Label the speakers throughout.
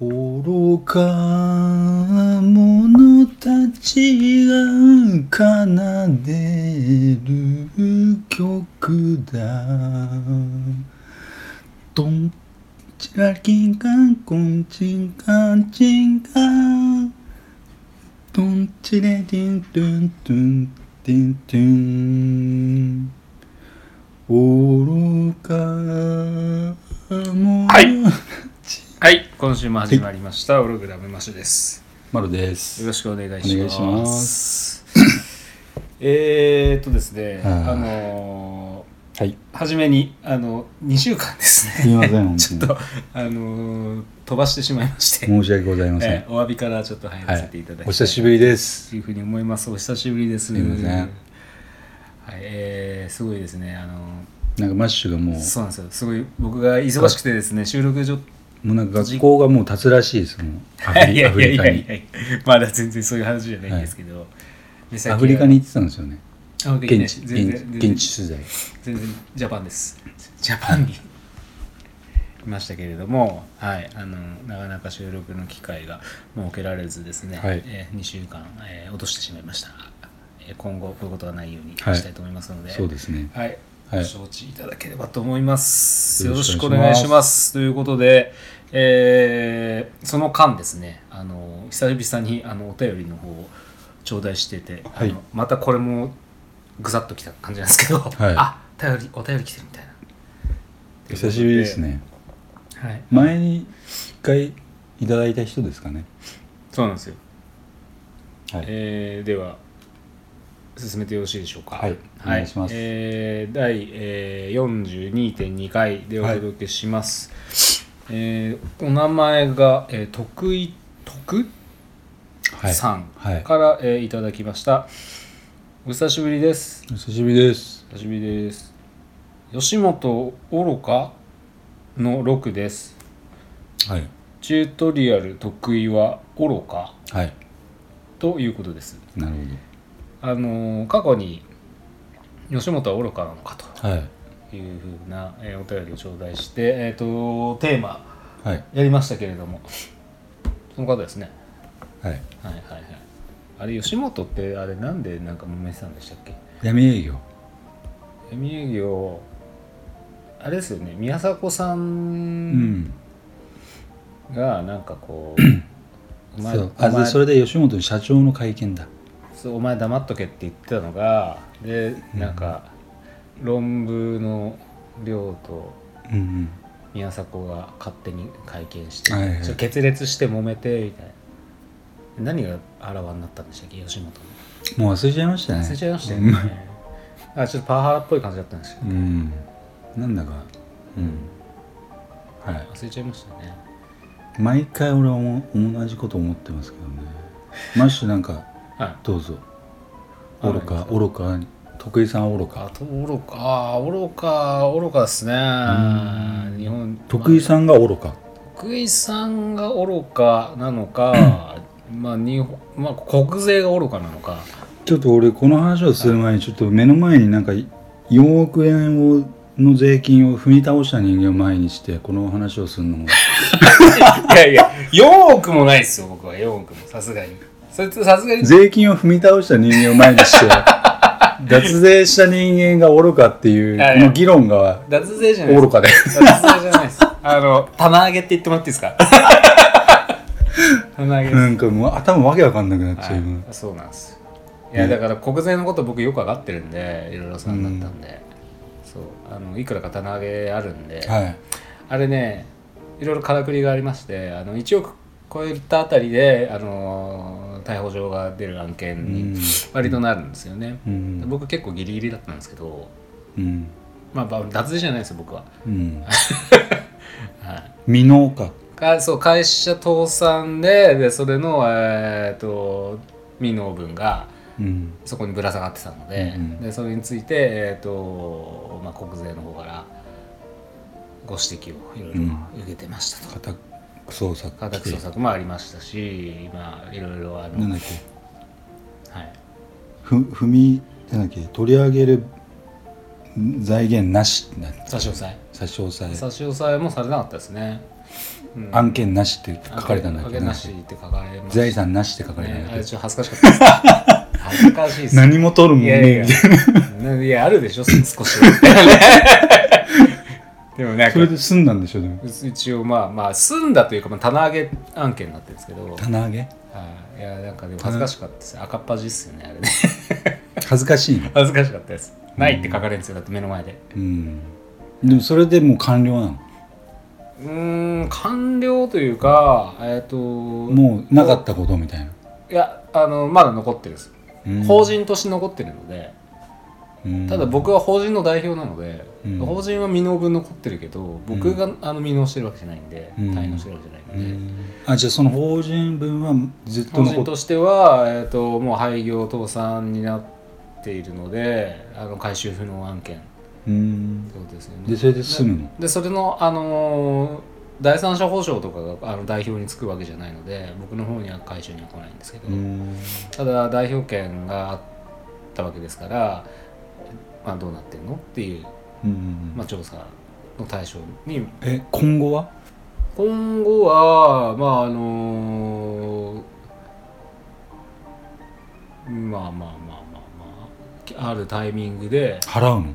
Speaker 1: 愚か者たちが奏でる曲だドンチラキンカンコンチンカンチンカンドンチレディントゥントゥンティントゥン愚か者
Speaker 2: はいはい、今週も始まりました、オログラムマシュです。
Speaker 1: マロで
Speaker 2: よ
Speaker 1: す
Speaker 2: ろしくお願い
Speaker 1: お
Speaker 2: し
Speaker 1: 願
Speaker 2: ま
Speaker 1: い
Speaker 2: す。
Speaker 1: しま
Speaker 2: えーっとですね、
Speaker 1: はい
Speaker 2: あの
Speaker 1: はい
Speaker 2: ー、初めに、あの、2週間です
Speaker 1: すみ
Speaker 2: ね、
Speaker 1: ません本当 に
Speaker 2: ちょっ と、あのー、飛ばしてしまいまして、
Speaker 1: 申し訳ございません、
Speaker 2: えーお詫びからちょっと入らせていただいて、
Speaker 1: お久しぶりです
Speaker 2: というふうに思います。お久しぶりです。
Speaker 1: すいません
Speaker 2: はい、えー、すごいですね、あの
Speaker 1: なんかマッシュがも
Speaker 2: ー、
Speaker 1: う
Speaker 2: そうなんですよ、すごい僕が忙しくてですね、収録上、
Speaker 1: もうなんか学校がもう立つらしいですもんアフ
Speaker 2: い
Speaker 1: リ
Speaker 2: や
Speaker 1: ア
Speaker 2: い
Speaker 1: フ
Speaker 2: やい
Speaker 1: リカ
Speaker 2: や
Speaker 1: に
Speaker 2: いやまだ全然そういう話じゃないんですけど、目先は
Speaker 1: アフリカに行ってたんですよね
Speaker 2: あ僕行ってない
Speaker 1: 現地
Speaker 2: 全
Speaker 1: 現地
Speaker 2: 然全然
Speaker 1: 現地取材
Speaker 2: 全然ジャパンですジャパンにいましたけれども、はい、あのなかなか収録の機会が設けられずですね、
Speaker 1: はい
Speaker 2: え2週間、えー落としてしまいました、えー今後こういうことはないように
Speaker 1: はい
Speaker 2: したいと思いますので、
Speaker 1: そうですね
Speaker 2: はい、
Speaker 1: はい
Speaker 2: 承知いただければと思います。
Speaker 1: よ
Speaker 2: よ
Speaker 1: ろ
Speaker 2: ろ
Speaker 1: し
Speaker 2: し
Speaker 1: く
Speaker 2: く
Speaker 1: お
Speaker 2: お
Speaker 1: 願
Speaker 2: 願
Speaker 1: い
Speaker 2: い
Speaker 1: し
Speaker 2: します。ということで、えーその間ですね、あの久々にあのお便りの方を頂戴してて、
Speaker 1: はい
Speaker 2: あのまたこれもぐさっときた感じなんですけど、
Speaker 1: はい
Speaker 2: あ頼りお便り来てるみたいな。
Speaker 1: 久しぶりです。ね
Speaker 2: はい、
Speaker 1: 前に一回いただいた人ですかね
Speaker 2: そうなんですよ。
Speaker 1: はい
Speaker 2: えーでは進めてよろしいでしょうか
Speaker 1: はいお願いします
Speaker 2: えー第、えー、42.2回でお届けします、えーお名前が、えー、徳井徳
Speaker 1: はい
Speaker 2: さん
Speaker 1: はい
Speaker 2: から、えーいただきましたお久しぶりです
Speaker 1: お久しぶりです
Speaker 2: 久しぶりです吉本愚かの6です
Speaker 1: はい
Speaker 2: チュートリアル得意は愚か
Speaker 1: はい
Speaker 2: ということです
Speaker 1: なる
Speaker 2: あのー過去に吉本は愚かなのか
Speaker 1: ほどはい
Speaker 2: というふうな、えーお便りを頂戴して、えー、とテーマ
Speaker 1: はい
Speaker 2: やりましたけれどもその方ですね
Speaker 1: はい
Speaker 2: はいはいはいあれ吉本ってあれなんでなんか揉めてたんでしたっけ
Speaker 1: 闇営業
Speaker 2: 闇営業あれですよね宮迫さ
Speaker 1: うんん
Speaker 2: がなんかこう 「お前
Speaker 1: そうあ
Speaker 2: お
Speaker 1: で
Speaker 2: 前
Speaker 1: それで吉本の社長の会見だ
Speaker 2: そうお前黙っとけって言ってたのがでなんか論文の量と
Speaker 1: うんうん
Speaker 2: 宮迫が勝手に会見して、
Speaker 1: はいはい
Speaker 2: ちょっと決裂して揉めてみたいな何があらわになったんでしたっけ吉本の
Speaker 1: もう忘れちゃいましたね
Speaker 2: 忘れちゃいましたよね、あちょっとパワハラっぽい感じだったんですよ
Speaker 1: うんなんだかうんはい
Speaker 2: 忘れちゃいましたね
Speaker 1: 毎回俺はも同じこと思ってますけどねマッシュなんか
Speaker 2: はい
Speaker 1: どうぞ
Speaker 2: あ
Speaker 1: 愚か愚か徳井さんは愚
Speaker 2: あ
Speaker 1: か
Speaker 2: と愚かあー愚か愚かですね日本
Speaker 1: 徳井さんが愚か
Speaker 2: 徳井さんが愚かなのかまあ日本、まあ、国税が愚かなのか
Speaker 1: ちょっと俺この話をする前にちょっと目の前になんか4億円をの税金を踏み倒した人間を前にしてこの話をするのも
Speaker 2: いやいや4億もないですよ僕は4億もさすがにそれとさすがに
Speaker 1: 税金を踏み倒した人間を前にして 脱税した人間が愚かっていう
Speaker 2: はい
Speaker 1: この議論が
Speaker 2: 脱税じゃないです
Speaker 1: 愚かで
Speaker 2: 脱税じゃないですあの棚上げって言ってもらっていいです か棚上げです、
Speaker 1: なんかもう頭わけわかんなくなっちゃう、
Speaker 2: はいそうなんですいやだから国税のこと僕よく分かってるんでいろいろさんだったんで、そうあのいくらか棚上げあるんで、
Speaker 1: はい
Speaker 2: あれねいろいろからくりがありましてあの1億超えたあたりであの逮捕状が出る案件
Speaker 1: うん
Speaker 2: に割となるんですよね、
Speaker 1: うん
Speaker 2: 僕結構ギリギリだったんですけど
Speaker 1: うん
Speaker 2: まあまあ脱税じゃないですよ僕は、
Speaker 1: うん
Speaker 2: はい、
Speaker 1: 未納か
Speaker 2: かそう会社倒産ででそれの、えー、と未納分が
Speaker 1: うん
Speaker 2: そこにぶら下がってたので,、
Speaker 1: うんうん
Speaker 2: でそれについて、えーとまあ、国税の方からご指摘をいろいろ受けてましたと。
Speaker 1: 家宅捜索
Speaker 2: 家宅捜索もありましたし、今いろいろ
Speaker 1: な
Speaker 2: あ
Speaker 1: んだ
Speaker 2: の、
Speaker 1: っけ
Speaker 2: はい、
Speaker 1: ふ踏みなんだっけ取り上げる財源なしってな
Speaker 2: 差し押さえ、
Speaker 1: 差し押さえ
Speaker 2: 差し押さえもされなかったですね、うん
Speaker 1: 案件なしって書かれたんだ
Speaker 2: 案
Speaker 1: け
Speaker 2: 件
Speaker 1: ど
Speaker 2: な
Speaker 1: ね
Speaker 2: しって書かれました
Speaker 1: 財産なしって書かれたん
Speaker 2: ね
Speaker 1: だ
Speaker 2: あ
Speaker 1: け
Speaker 2: れ
Speaker 1: ど
Speaker 2: ちょっと恥ずかしかったです恥ずかしい です
Speaker 1: 何も取るもん
Speaker 2: いやい や
Speaker 1: ね
Speaker 2: いやいやあるでしょ少しは でもなん
Speaker 1: そ
Speaker 2: か
Speaker 1: れで済んだんでしょでも
Speaker 2: 一応まあまあ済んだというか、まあ、棚上げ案件になってるんですけど
Speaker 1: 棚上げ
Speaker 2: はいいやなんかでも恥ずかしかったです赤っ端っすよねあれ ね
Speaker 1: 恥ずかしいの
Speaker 2: 恥ずかしかったですないって書かれるんですよだって目の前で
Speaker 1: うんでもそれでもう完了なの
Speaker 2: うーん完了というかえっ、と
Speaker 1: もうなかったことみたいない
Speaker 2: やあのまだ残ってるんです、
Speaker 1: うん
Speaker 2: 法人として残ってるので
Speaker 1: うん
Speaker 2: ただ僕は法人の代表なので、
Speaker 1: うん
Speaker 2: 法人は未納分残ってるけど僕が、あの未納してるわけじゃないんで、
Speaker 1: うん
Speaker 2: 滞納してるわけじ
Speaker 1: う
Speaker 2: ゃないんで、
Speaker 1: んあじゃあその法人分はずっと
Speaker 2: 法人
Speaker 1: 残っ
Speaker 2: としては、えー、ともう廃業倒産になっているのであの回収不能案件って
Speaker 1: うん
Speaker 2: ことですよね
Speaker 1: でそれで済むの
Speaker 2: でそれの、あのー第三者保証とかがあの代表につくわけじゃないので僕の方には回収には来ないんですけど、
Speaker 1: うん
Speaker 2: ただ代表権があったわけですから、まあ、どうなってんのっていう、
Speaker 1: うん
Speaker 2: まあ、調査の対象に
Speaker 1: え今後は
Speaker 2: 今後はまああのーまあまあまあまあまああるタイミングで
Speaker 1: 払うの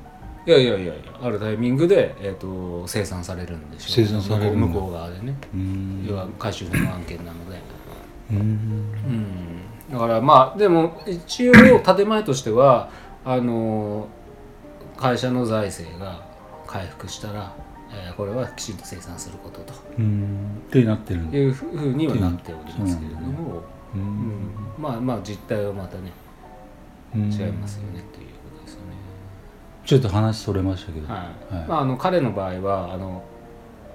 Speaker 2: いやいやいやいやあるタイミングで、えー、と生産されるんでしょう
Speaker 1: 清算されるんだ
Speaker 2: 向こう向こう側でね
Speaker 1: うん
Speaker 2: 要は回収不能案件なので
Speaker 1: うん
Speaker 2: うんだからまあでも一応建前としてはあのー会社の財政が回復したら、えーこれはきちんと生産することと。
Speaker 1: うんってなってるんだ
Speaker 2: いうふうにはなっておりますけれども、
Speaker 1: う
Speaker 2: うんんまあまあ実態はまたね
Speaker 1: うん
Speaker 2: 違いますよねということですよね。
Speaker 1: ちょっと話それましたけど
Speaker 2: はい
Speaker 1: はい
Speaker 2: まあ、あの彼の場合はあの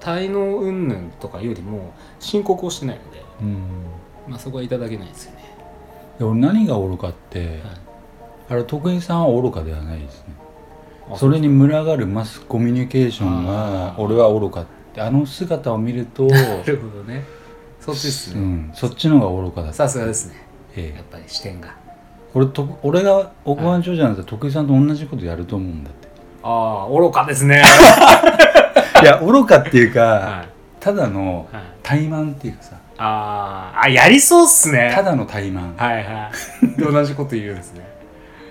Speaker 2: 滞納云々とかよりも申告をしてないので、
Speaker 1: うん
Speaker 2: まあ、そこはいただけないですよね。
Speaker 1: で俺何が愚かって
Speaker 2: はい
Speaker 1: あれ徳井さんは愚かではないですね
Speaker 2: あ
Speaker 1: それに群がるマスコミュニケーション
Speaker 2: あ
Speaker 1: が
Speaker 2: ー
Speaker 1: 俺は愚かってあの姿を見ると
Speaker 2: なるほどねそっちです
Speaker 1: う
Speaker 2: ね。
Speaker 1: ん、そっちの方が愚かだった
Speaker 2: さすがですね
Speaker 1: え
Speaker 2: や
Speaker 1: え
Speaker 2: っぱり視点が。
Speaker 1: 俺と俺が億万長者なんて徳井さんと同じことやると思うんだって
Speaker 2: ああ愚かですね。
Speaker 1: いや愚かっていうか、
Speaker 2: はい
Speaker 1: ただの
Speaker 2: はい、
Speaker 1: 怠慢っていうかさ
Speaker 2: あーあやりそうっすね。
Speaker 1: ただの怠慢
Speaker 2: はいはい。で 同じこと言うんですね。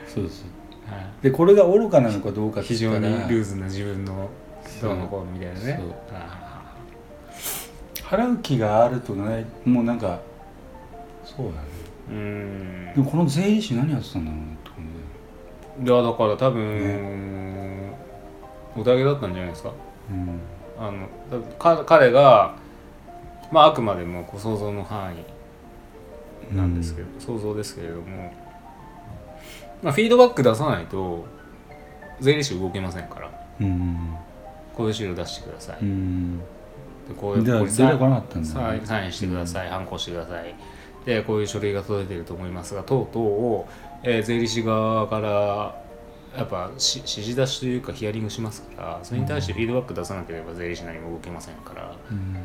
Speaker 1: そうです
Speaker 2: はい
Speaker 1: でこれが愚かなのかどうかって
Speaker 2: 非
Speaker 1: 言
Speaker 2: 常
Speaker 1: った
Speaker 2: に
Speaker 1: ら
Speaker 2: ルーズな自分のどうのこうのみたいなね
Speaker 1: そう
Speaker 2: あ
Speaker 1: 払う気があるとないもうなんかそうだね
Speaker 2: ーうー
Speaker 1: で
Speaker 2: ん
Speaker 1: もこの税理士何やってたんだろうなって思うね
Speaker 2: いやだから多分、おたげだったんじゃないですか
Speaker 1: うん
Speaker 2: あのか彼がまああくまでもこう想像の範囲なんですけど、想像ですけれども、まあ、フィードバック出さないと税理士動けませんから
Speaker 1: うん
Speaker 2: こういう資料出してください、
Speaker 1: う
Speaker 2: で
Speaker 1: ん
Speaker 2: こう
Speaker 1: うん
Speaker 2: いう
Speaker 1: で
Speaker 2: こ
Speaker 1: は
Speaker 2: れ
Speaker 1: 出てこなかったんだ
Speaker 2: サ
Speaker 1: よ
Speaker 2: イン
Speaker 1: ね
Speaker 2: サインしてください、反抗してくださいでこういう書類が届いてると思いますがとうとうを、えー税理士側からやっぱし指示出しというかヒアリングしますからそれに対してフィードバック出さなければ税理士何も動けませんから、はい
Speaker 1: うん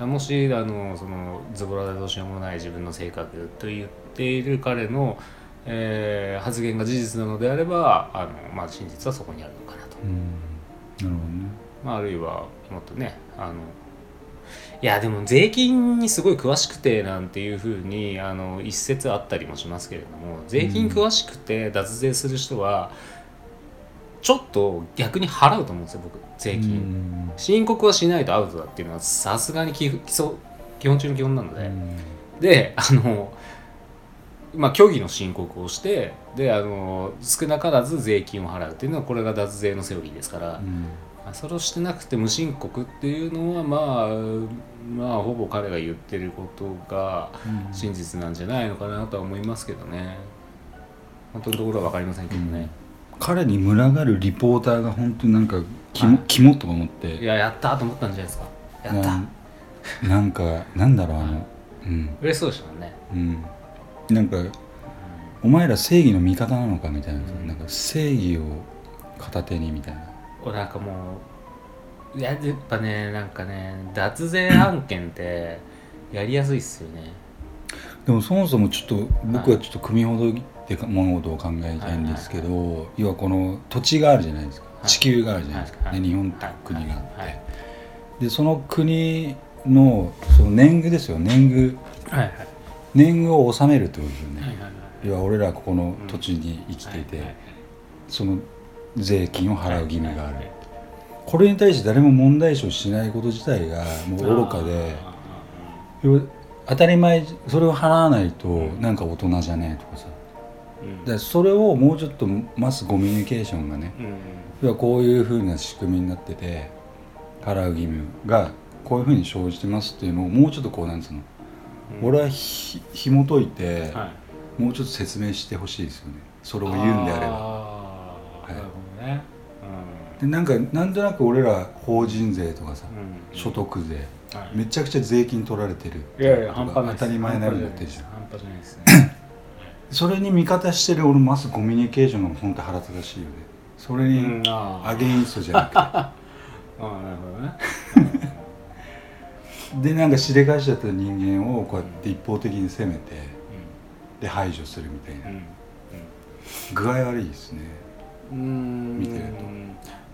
Speaker 2: もしあのそのズボラでどうしようもない自分の性格と言っている彼の、えー発言が事実なのであればあの、まあ、真実はそこにあるのかなと。
Speaker 1: うんなるほどね
Speaker 2: まあ、あるいはもっとねあのいやでも税金にすごい詳しくてなんていうふうにあの一説あったりもしますけれども税金詳しくて脱税する人はちょっと逆に払うと思うんですよ僕税金、
Speaker 1: うん
Speaker 2: 申告はしないとアウトだっていうのはさすがに基基礎基本中の基本なので、
Speaker 1: うん
Speaker 2: であのまあ虚偽の申告をしてであの少なからず税金を払うっていうのはこれが脱税のセオリーですから、
Speaker 1: うん
Speaker 2: まあそれをしてなくて無申告っていうのはまあまあほぼ彼が言ってることが真実なんじゃないのかなとは思いますけどね本当のところは分かりませんけどね、
Speaker 1: 彼に群がるリポーターが本当になんかキ
Speaker 2: は
Speaker 1: モ
Speaker 2: い
Speaker 1: キモとか思っ
Speaker 2: い
Speaker 1: て
Speaker 2: ややったと思ったんじゃないですかやった、
Speaker 1: なんなんかなんだろうあのうん
Speaker 2: 嬉しそうでしたもんね
Speaker 1: うんなんかお前ら正義の味方なのかみたいな
Speaker 2: うん
Speaker 1: なんか正義を片手にみたいな
Speaker 2: おなんかもういややっぱねなんかね脱税案件ってやりやすいっすよね
Speaker 1: でもそもそもちょっと僕はちょっと組みほどいてか物事を考えたいんですけど要はこの土地があるじゃないですか
Speaker 2: はい
Speaker 1: 地球があるじゃないですか、
Speaker 2: はい
Speaker 1: で日本って国があって、
Speaker 2: はい
Speaker 1: でその国のその年貢ですよ年貢
Speaker 2: はいはい
Speaker 1: 年貢を納めるってことですよね、
Speaker 2: はいはい
Speaker 1: 要は俺らここの土地に生きていて、その税金を払う義務がある、これに対して誰も問題視をしないこと自体がもう愚かで要は当たり前それを払わないと
Speaker 2: うん
Speaker 1: なんか大人じゃねえとかさだか
Speaker 2: で
Speaker 1: らそれをもうちょっと待つコミュニケーションがね
Speaker 2: うん
Speaker 1: 要はこういうふうな仕組みになってて払う義務がこういうふうに生じてますっていうのをもうちょっとこうなんつうの、
Speaker 2: うん
Speaker 1: 俺はひ紐解いて、
Speaker 2: はい
Speaker 1: もうちょっと説明してほしいですよねそれを言うんであれば。
Speaker 2: あ
Speaker 1: は
Speaker 2: ー
Speaker 1: い
Speaker 2: なるほどね
Speaker 1: でなんかなんとなく俺ら法人税とかさ、
Speaker 2: うんうん
Speaker 1: 所得税
Speaker 2: はい
Speaker 1: めちゃくちゃ税金取られてる
Speaker 2: いやいや半端
Speaker 1: 当
Speaker 2: ないです
Speaker 1: たり前になるんだってじゃん
Speaker 2: 半端じゃないですね
Speaker 1: それに味方してる俺まずコミュニケーションが本当腹立たしいよねそれ
Speaker 2: う
Speaker 1: に
Speaker 2: んあー
Speaker 1: アゲインストじゃな
Speaker 2: あーなるほどね
Speaker 1: くてでなんかしでかしちゃった人間をこうやって一方的に責めてで排除するみたいな
Speaker 2: うん
Speaker 1: 具合悪いですね
Speaker 2: うんうん
Speaker 1: 見てる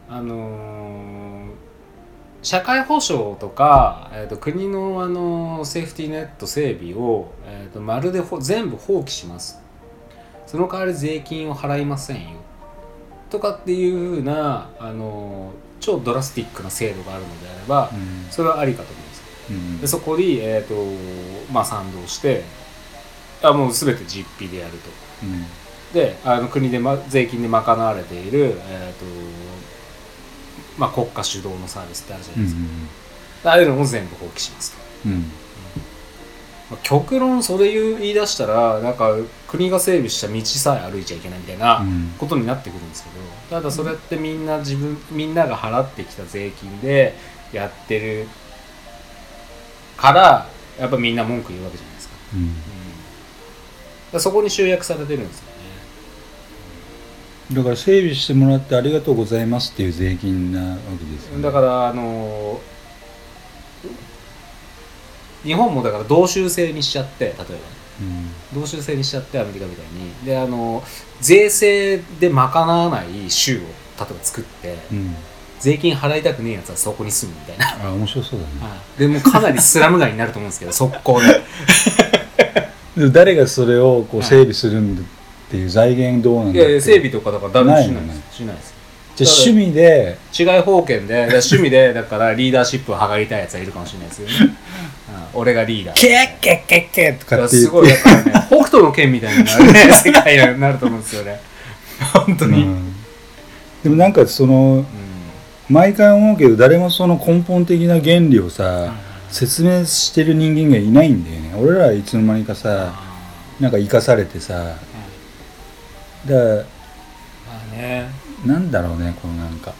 Speaker 1: と
Speaker 2: あのー社会保障とか、えー、と国の、あのーセーフティーネット整備を、えー、とまるでほ全部放棄しますその代わり税金を払いませんよとかっていうふうな、あのー超ドラスティックな制度があるのであれば、
Speaker 1: う
Speaker 2: それはありかと思います
Speaker 1: んうん
Speaker 2: でそこに、えーとまあ、賛同してあもう全て実費でやると
Speaker 1: うん
Speaker 2: であの国で、ま、税金で賄われている、えーとまあ、国家主導のサービスってあるじゃな
Speaker 1: う
Speaker 2: い
Speaker 1: ん
Speaker 2: ですか、ああいうのも全部放棄しますと、
Speaker 1: うんうん
Speaker 2: まあ、極論それ言う言い出したらなんか国が整備した道さえ歩いちゃいけないみたいな
Speaker 1: うん
Speaker 2: ことになってくるんですけどただそれってみんな自分みんなが払ってきた税金でやってるからやっぱみんな文句言うわけじゃないですか,、
Speaker 1: うん
Speaker 2: うん、だからそこに集約されてるんですよね
Speaker 1: だから整備してもらってありがとうございますっていう税金なわけですよね
Speaker 2: だからあのー日本もだから同州制にしちゃって例えばね
Speaker 1: うん
Speaker 2: 同州制にしちゃってアメリカみたいにであのー税制で賄わない州を例えば作って
Speaker 1: うん
Speaker 2: 税金払いたくねえやつはそこに住むみたいな、
Speaker 1: あ面白そうだね、
Speaker 2: でもうかなりスラム街になると思うんですけど速攻で
Speaker 1: でも誰がそれをこう
Speaker 2: はい
Speaker 1: 整備するんだっていう財源どうなん
Speaker 2: い
Speaker 1: だっ
Speaker 2: やい
Speaker 1: て
Speaker 2: や整備とかだから誰もしないで
Speaker 1: ないよ
Speaker 2: すしないです
Speaker 1: じゃあ趣味で
Speaker 2: 違い保 険でだから趣味でだからリーダーシップを剥がりたいやつはいるかもしれないですよね、うん俺がリーダ
Speaker 1: 「
Speaker 2: ー
Speaker 1: ケッケッケッケッ」と
Speaker 2: だか
Speaker 1: からって
Speaker 2: す
Speaker 1: 言
Speaker 2: ごいだからね北斗の剣みたいになる、ね、世界になると思うんですよね本当に、うん
Speaker 1: うんでもなんかその毎回思うけど誰もその根本的な原理をさ説明してる人間がいないんだよね俺らはいつの間にかさ
Speaker 2: あ
Speaker 1: なんか生かされてさだから
Speaker 2: ーまあね、
Speaker 1: なんだろうねこのなんか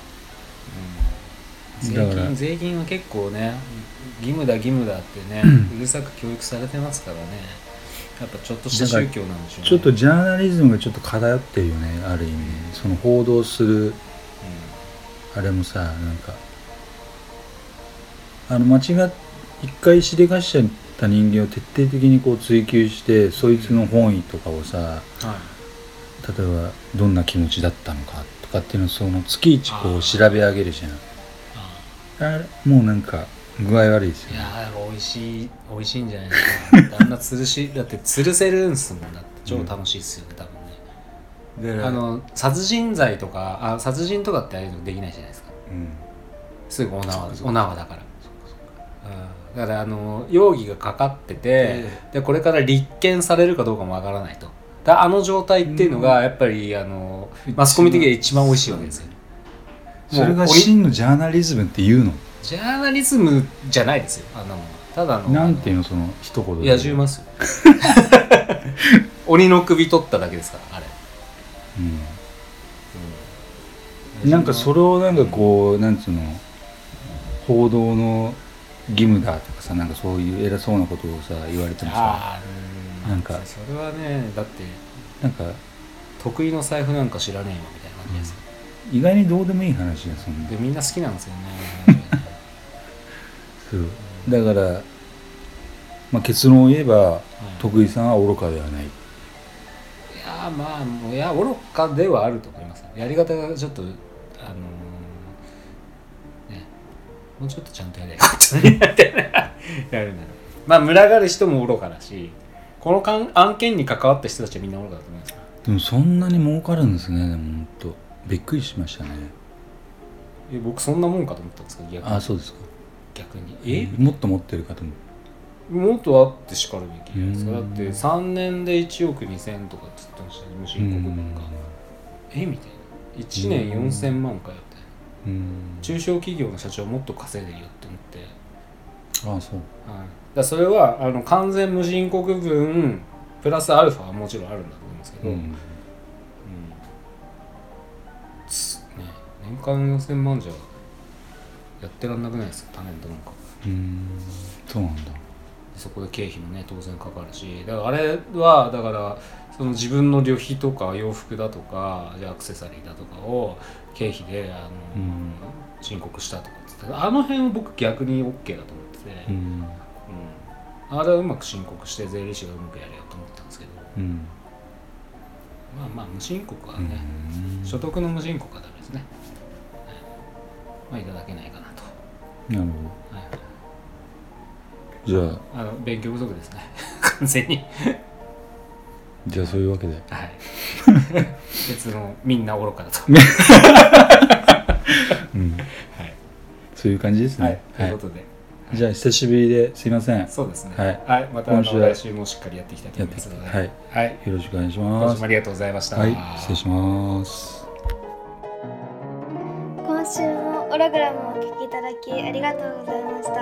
Speaker 2: うん、税
Speaker 1: だから
Speaker 2: 金税金は結構ね義務だ義務だってね、うるさく教育されてますからねやっぱちょっとした宗教なんでしょうね
Speaker 1: ちょっと
Speaker 2: うん
Speaker 1: ジャーナリズムがちょっと偏ってるよねある意味ねその報道するあれもさなんかあの間違っ一回しでかしちゃった人間を徹底的にこう追求してそいつの本意とかをさ
Speaker 2: はい
Speaker 1: 例えばどんな気持ちだったのかとかっていうのをその月一こう調べ上げるじゃん
Speaker 2: あ
Speaker 1: あれもうなんか具合悪いです
Speaker 2: ーい
Speaker 1: よ
Speaker 2: や
Speaker 1: ね
Speaker 2: ーやっぱ美味しい美味しいんじゃないですかあんな吊るしだって吊るせるんすもんだって超楽しいっすよね多分ね、
Speaker 1: で
Speaker 2: あの殺人罪とかあ殺人とかってああいうのできないじゃないですか
Speaker 1: うん
Speaker 2: すぐお縄
Speaker 1: そうかそうか
Speaker 2: お縄だからうんだからあの容疑がかかってて、でこれから立件されるかどうかもわからないとだからあの状態っていうのがやっぱり、あのマスコミ的には一番美味しいわけですよ
Speaker 1: それ
Speaker 2: もう
Speaker 1: が
Speaker 2: オリ
Speaker 1: 真のジャーナリズムっていうの
Speaker 2: ジャーナリズムじゃないですよあのただの
Speaker 1: なんていうのその一言
Speaker 2: あの
Speaker 1: で
Speaker 2: 野 獣ますよ鬼の首取っただけですからあれ、
Speaker 1: うん
Speaker 2: う
Speaker 1: なんかそれをなんかこう、なんつうの報道の義務だとかさなんかそういう偉そうなことをさ言われてもさ
Speaker 2: あーう
Speaker 1: なんか
Speaker 2: それはねだって
Speaker 1: なんか
Speaker 2: 得意の財布なんか知らねえよみたいな感じです、
Speaker 1: 意外にどうでもいい話だよそんな
Speaker 2: でみんな好きなんですよねなん かね
Speaker 1: そうだから、まあ、結論を言えば
Speaker 2: はい
Speaker 1: 徳井さんは愚かではない
Speaker 2: いやーまあもういや愚かではあると思いますやり方がちょっとあのーねもうちょっとちゃんとやりゃよかったのに なってなるなまあ群がる人も愚かだしこのかん案件に関わった人たちはみんな愚かだと思います
Speaker 1: でもそんなに儲かるんですねでも本当びっくりしましたね
Speaker 2: え僕そんなもんかと思ったんですけど逆に
Speaker 1: あそうですか
Speaker 2: 逆にえ
Speaker 1: もっと持ってるかと思う
Speaker 2: もっとあってしかるべきじゃないですか
Speaker 1: うん
Speaker 2: だって3年で1億2000とかっつってましたね無申告分がえみたいな1年
Speaker 1: うん
Speaker 2: 4000万かよって
Speaker 1: うん
Speaker 2: 中小企業の社長もっと稼いでるよって思って、はい、
Speaker 1: ああそう
Speaker 2: だからそれはあの完全無申告分プラスアルファはもちろんあるんだと思うんですけど、
Speaker 1: う
Speaker 2: うん
Speaker 1: ん
Speaker 2: つね、年間4000万じゃやってらんなくないですかタレントなんか
Speaker 1: うんそうなんだ
Speaker 2: そこで経費もね当然かかるしだからあれはだからその自分の旅費とか洋服だとかじゃあアクセサリーだとかを経費であの、
Speaker 1: うん
Speaker 2: 申告したとかっつってあの辺を僕逆に OK だと思ってて、
Speaker 1: うん
Speaker 2: うん、あれはうまく申告して税理士がうまくやれよと思ったんですけど
Speaker 1: うん
Speaker 2: まあまあ無申告は
Speaker 1: う
Speaker 2: ね、
Speaker 1: ん
Speaker 2: 所得の無申告はダメですね、はい、まあいただけないかなと、
Speaker 1: なるほ
Speaker 2: は
Speaker 1: ど
Speaker 2: い、
Speaker 1: じゃあ
Speaker 2: あの勉強不足ですね 完全に
Speaker 1: じゃあそういうわけで
Speaker 2: はい別のみんな愚かだ と、
Speaker 1: うん
Speaker 2: はい
Speaker 1: そういう感じです
Speaker 2: は
Speaker 1: ね
Speaker 2: い、ということで
Speaker 1: じゃあ久しぶりですいませんよ
Speaker 2: そうですね
Speaker 1: はい、
Speaker 2: またあの
Speaker 1: 今週は
Speaker 2: 来週もしっかりやっていきたいと思いますので
Speaker 1: やっていき
Speaker 2: はい、はい、
Speaker 1: ろしくお願いし
Speaker 2: 今
Speaker 1: ま
Speaker 2: 週
Speaker 1: す
Speaker 2: もありがとうございました、
Speaker 1: はい失礼します
Speaker 3: 今週もオログラムをお聞きいただきありがとうございました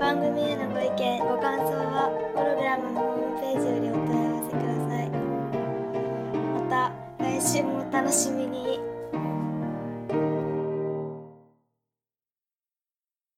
Speaker 3: 番組へのご意見ご感想はオログラムのホームページよりお問い合わせくださいまた来週もお楽しみに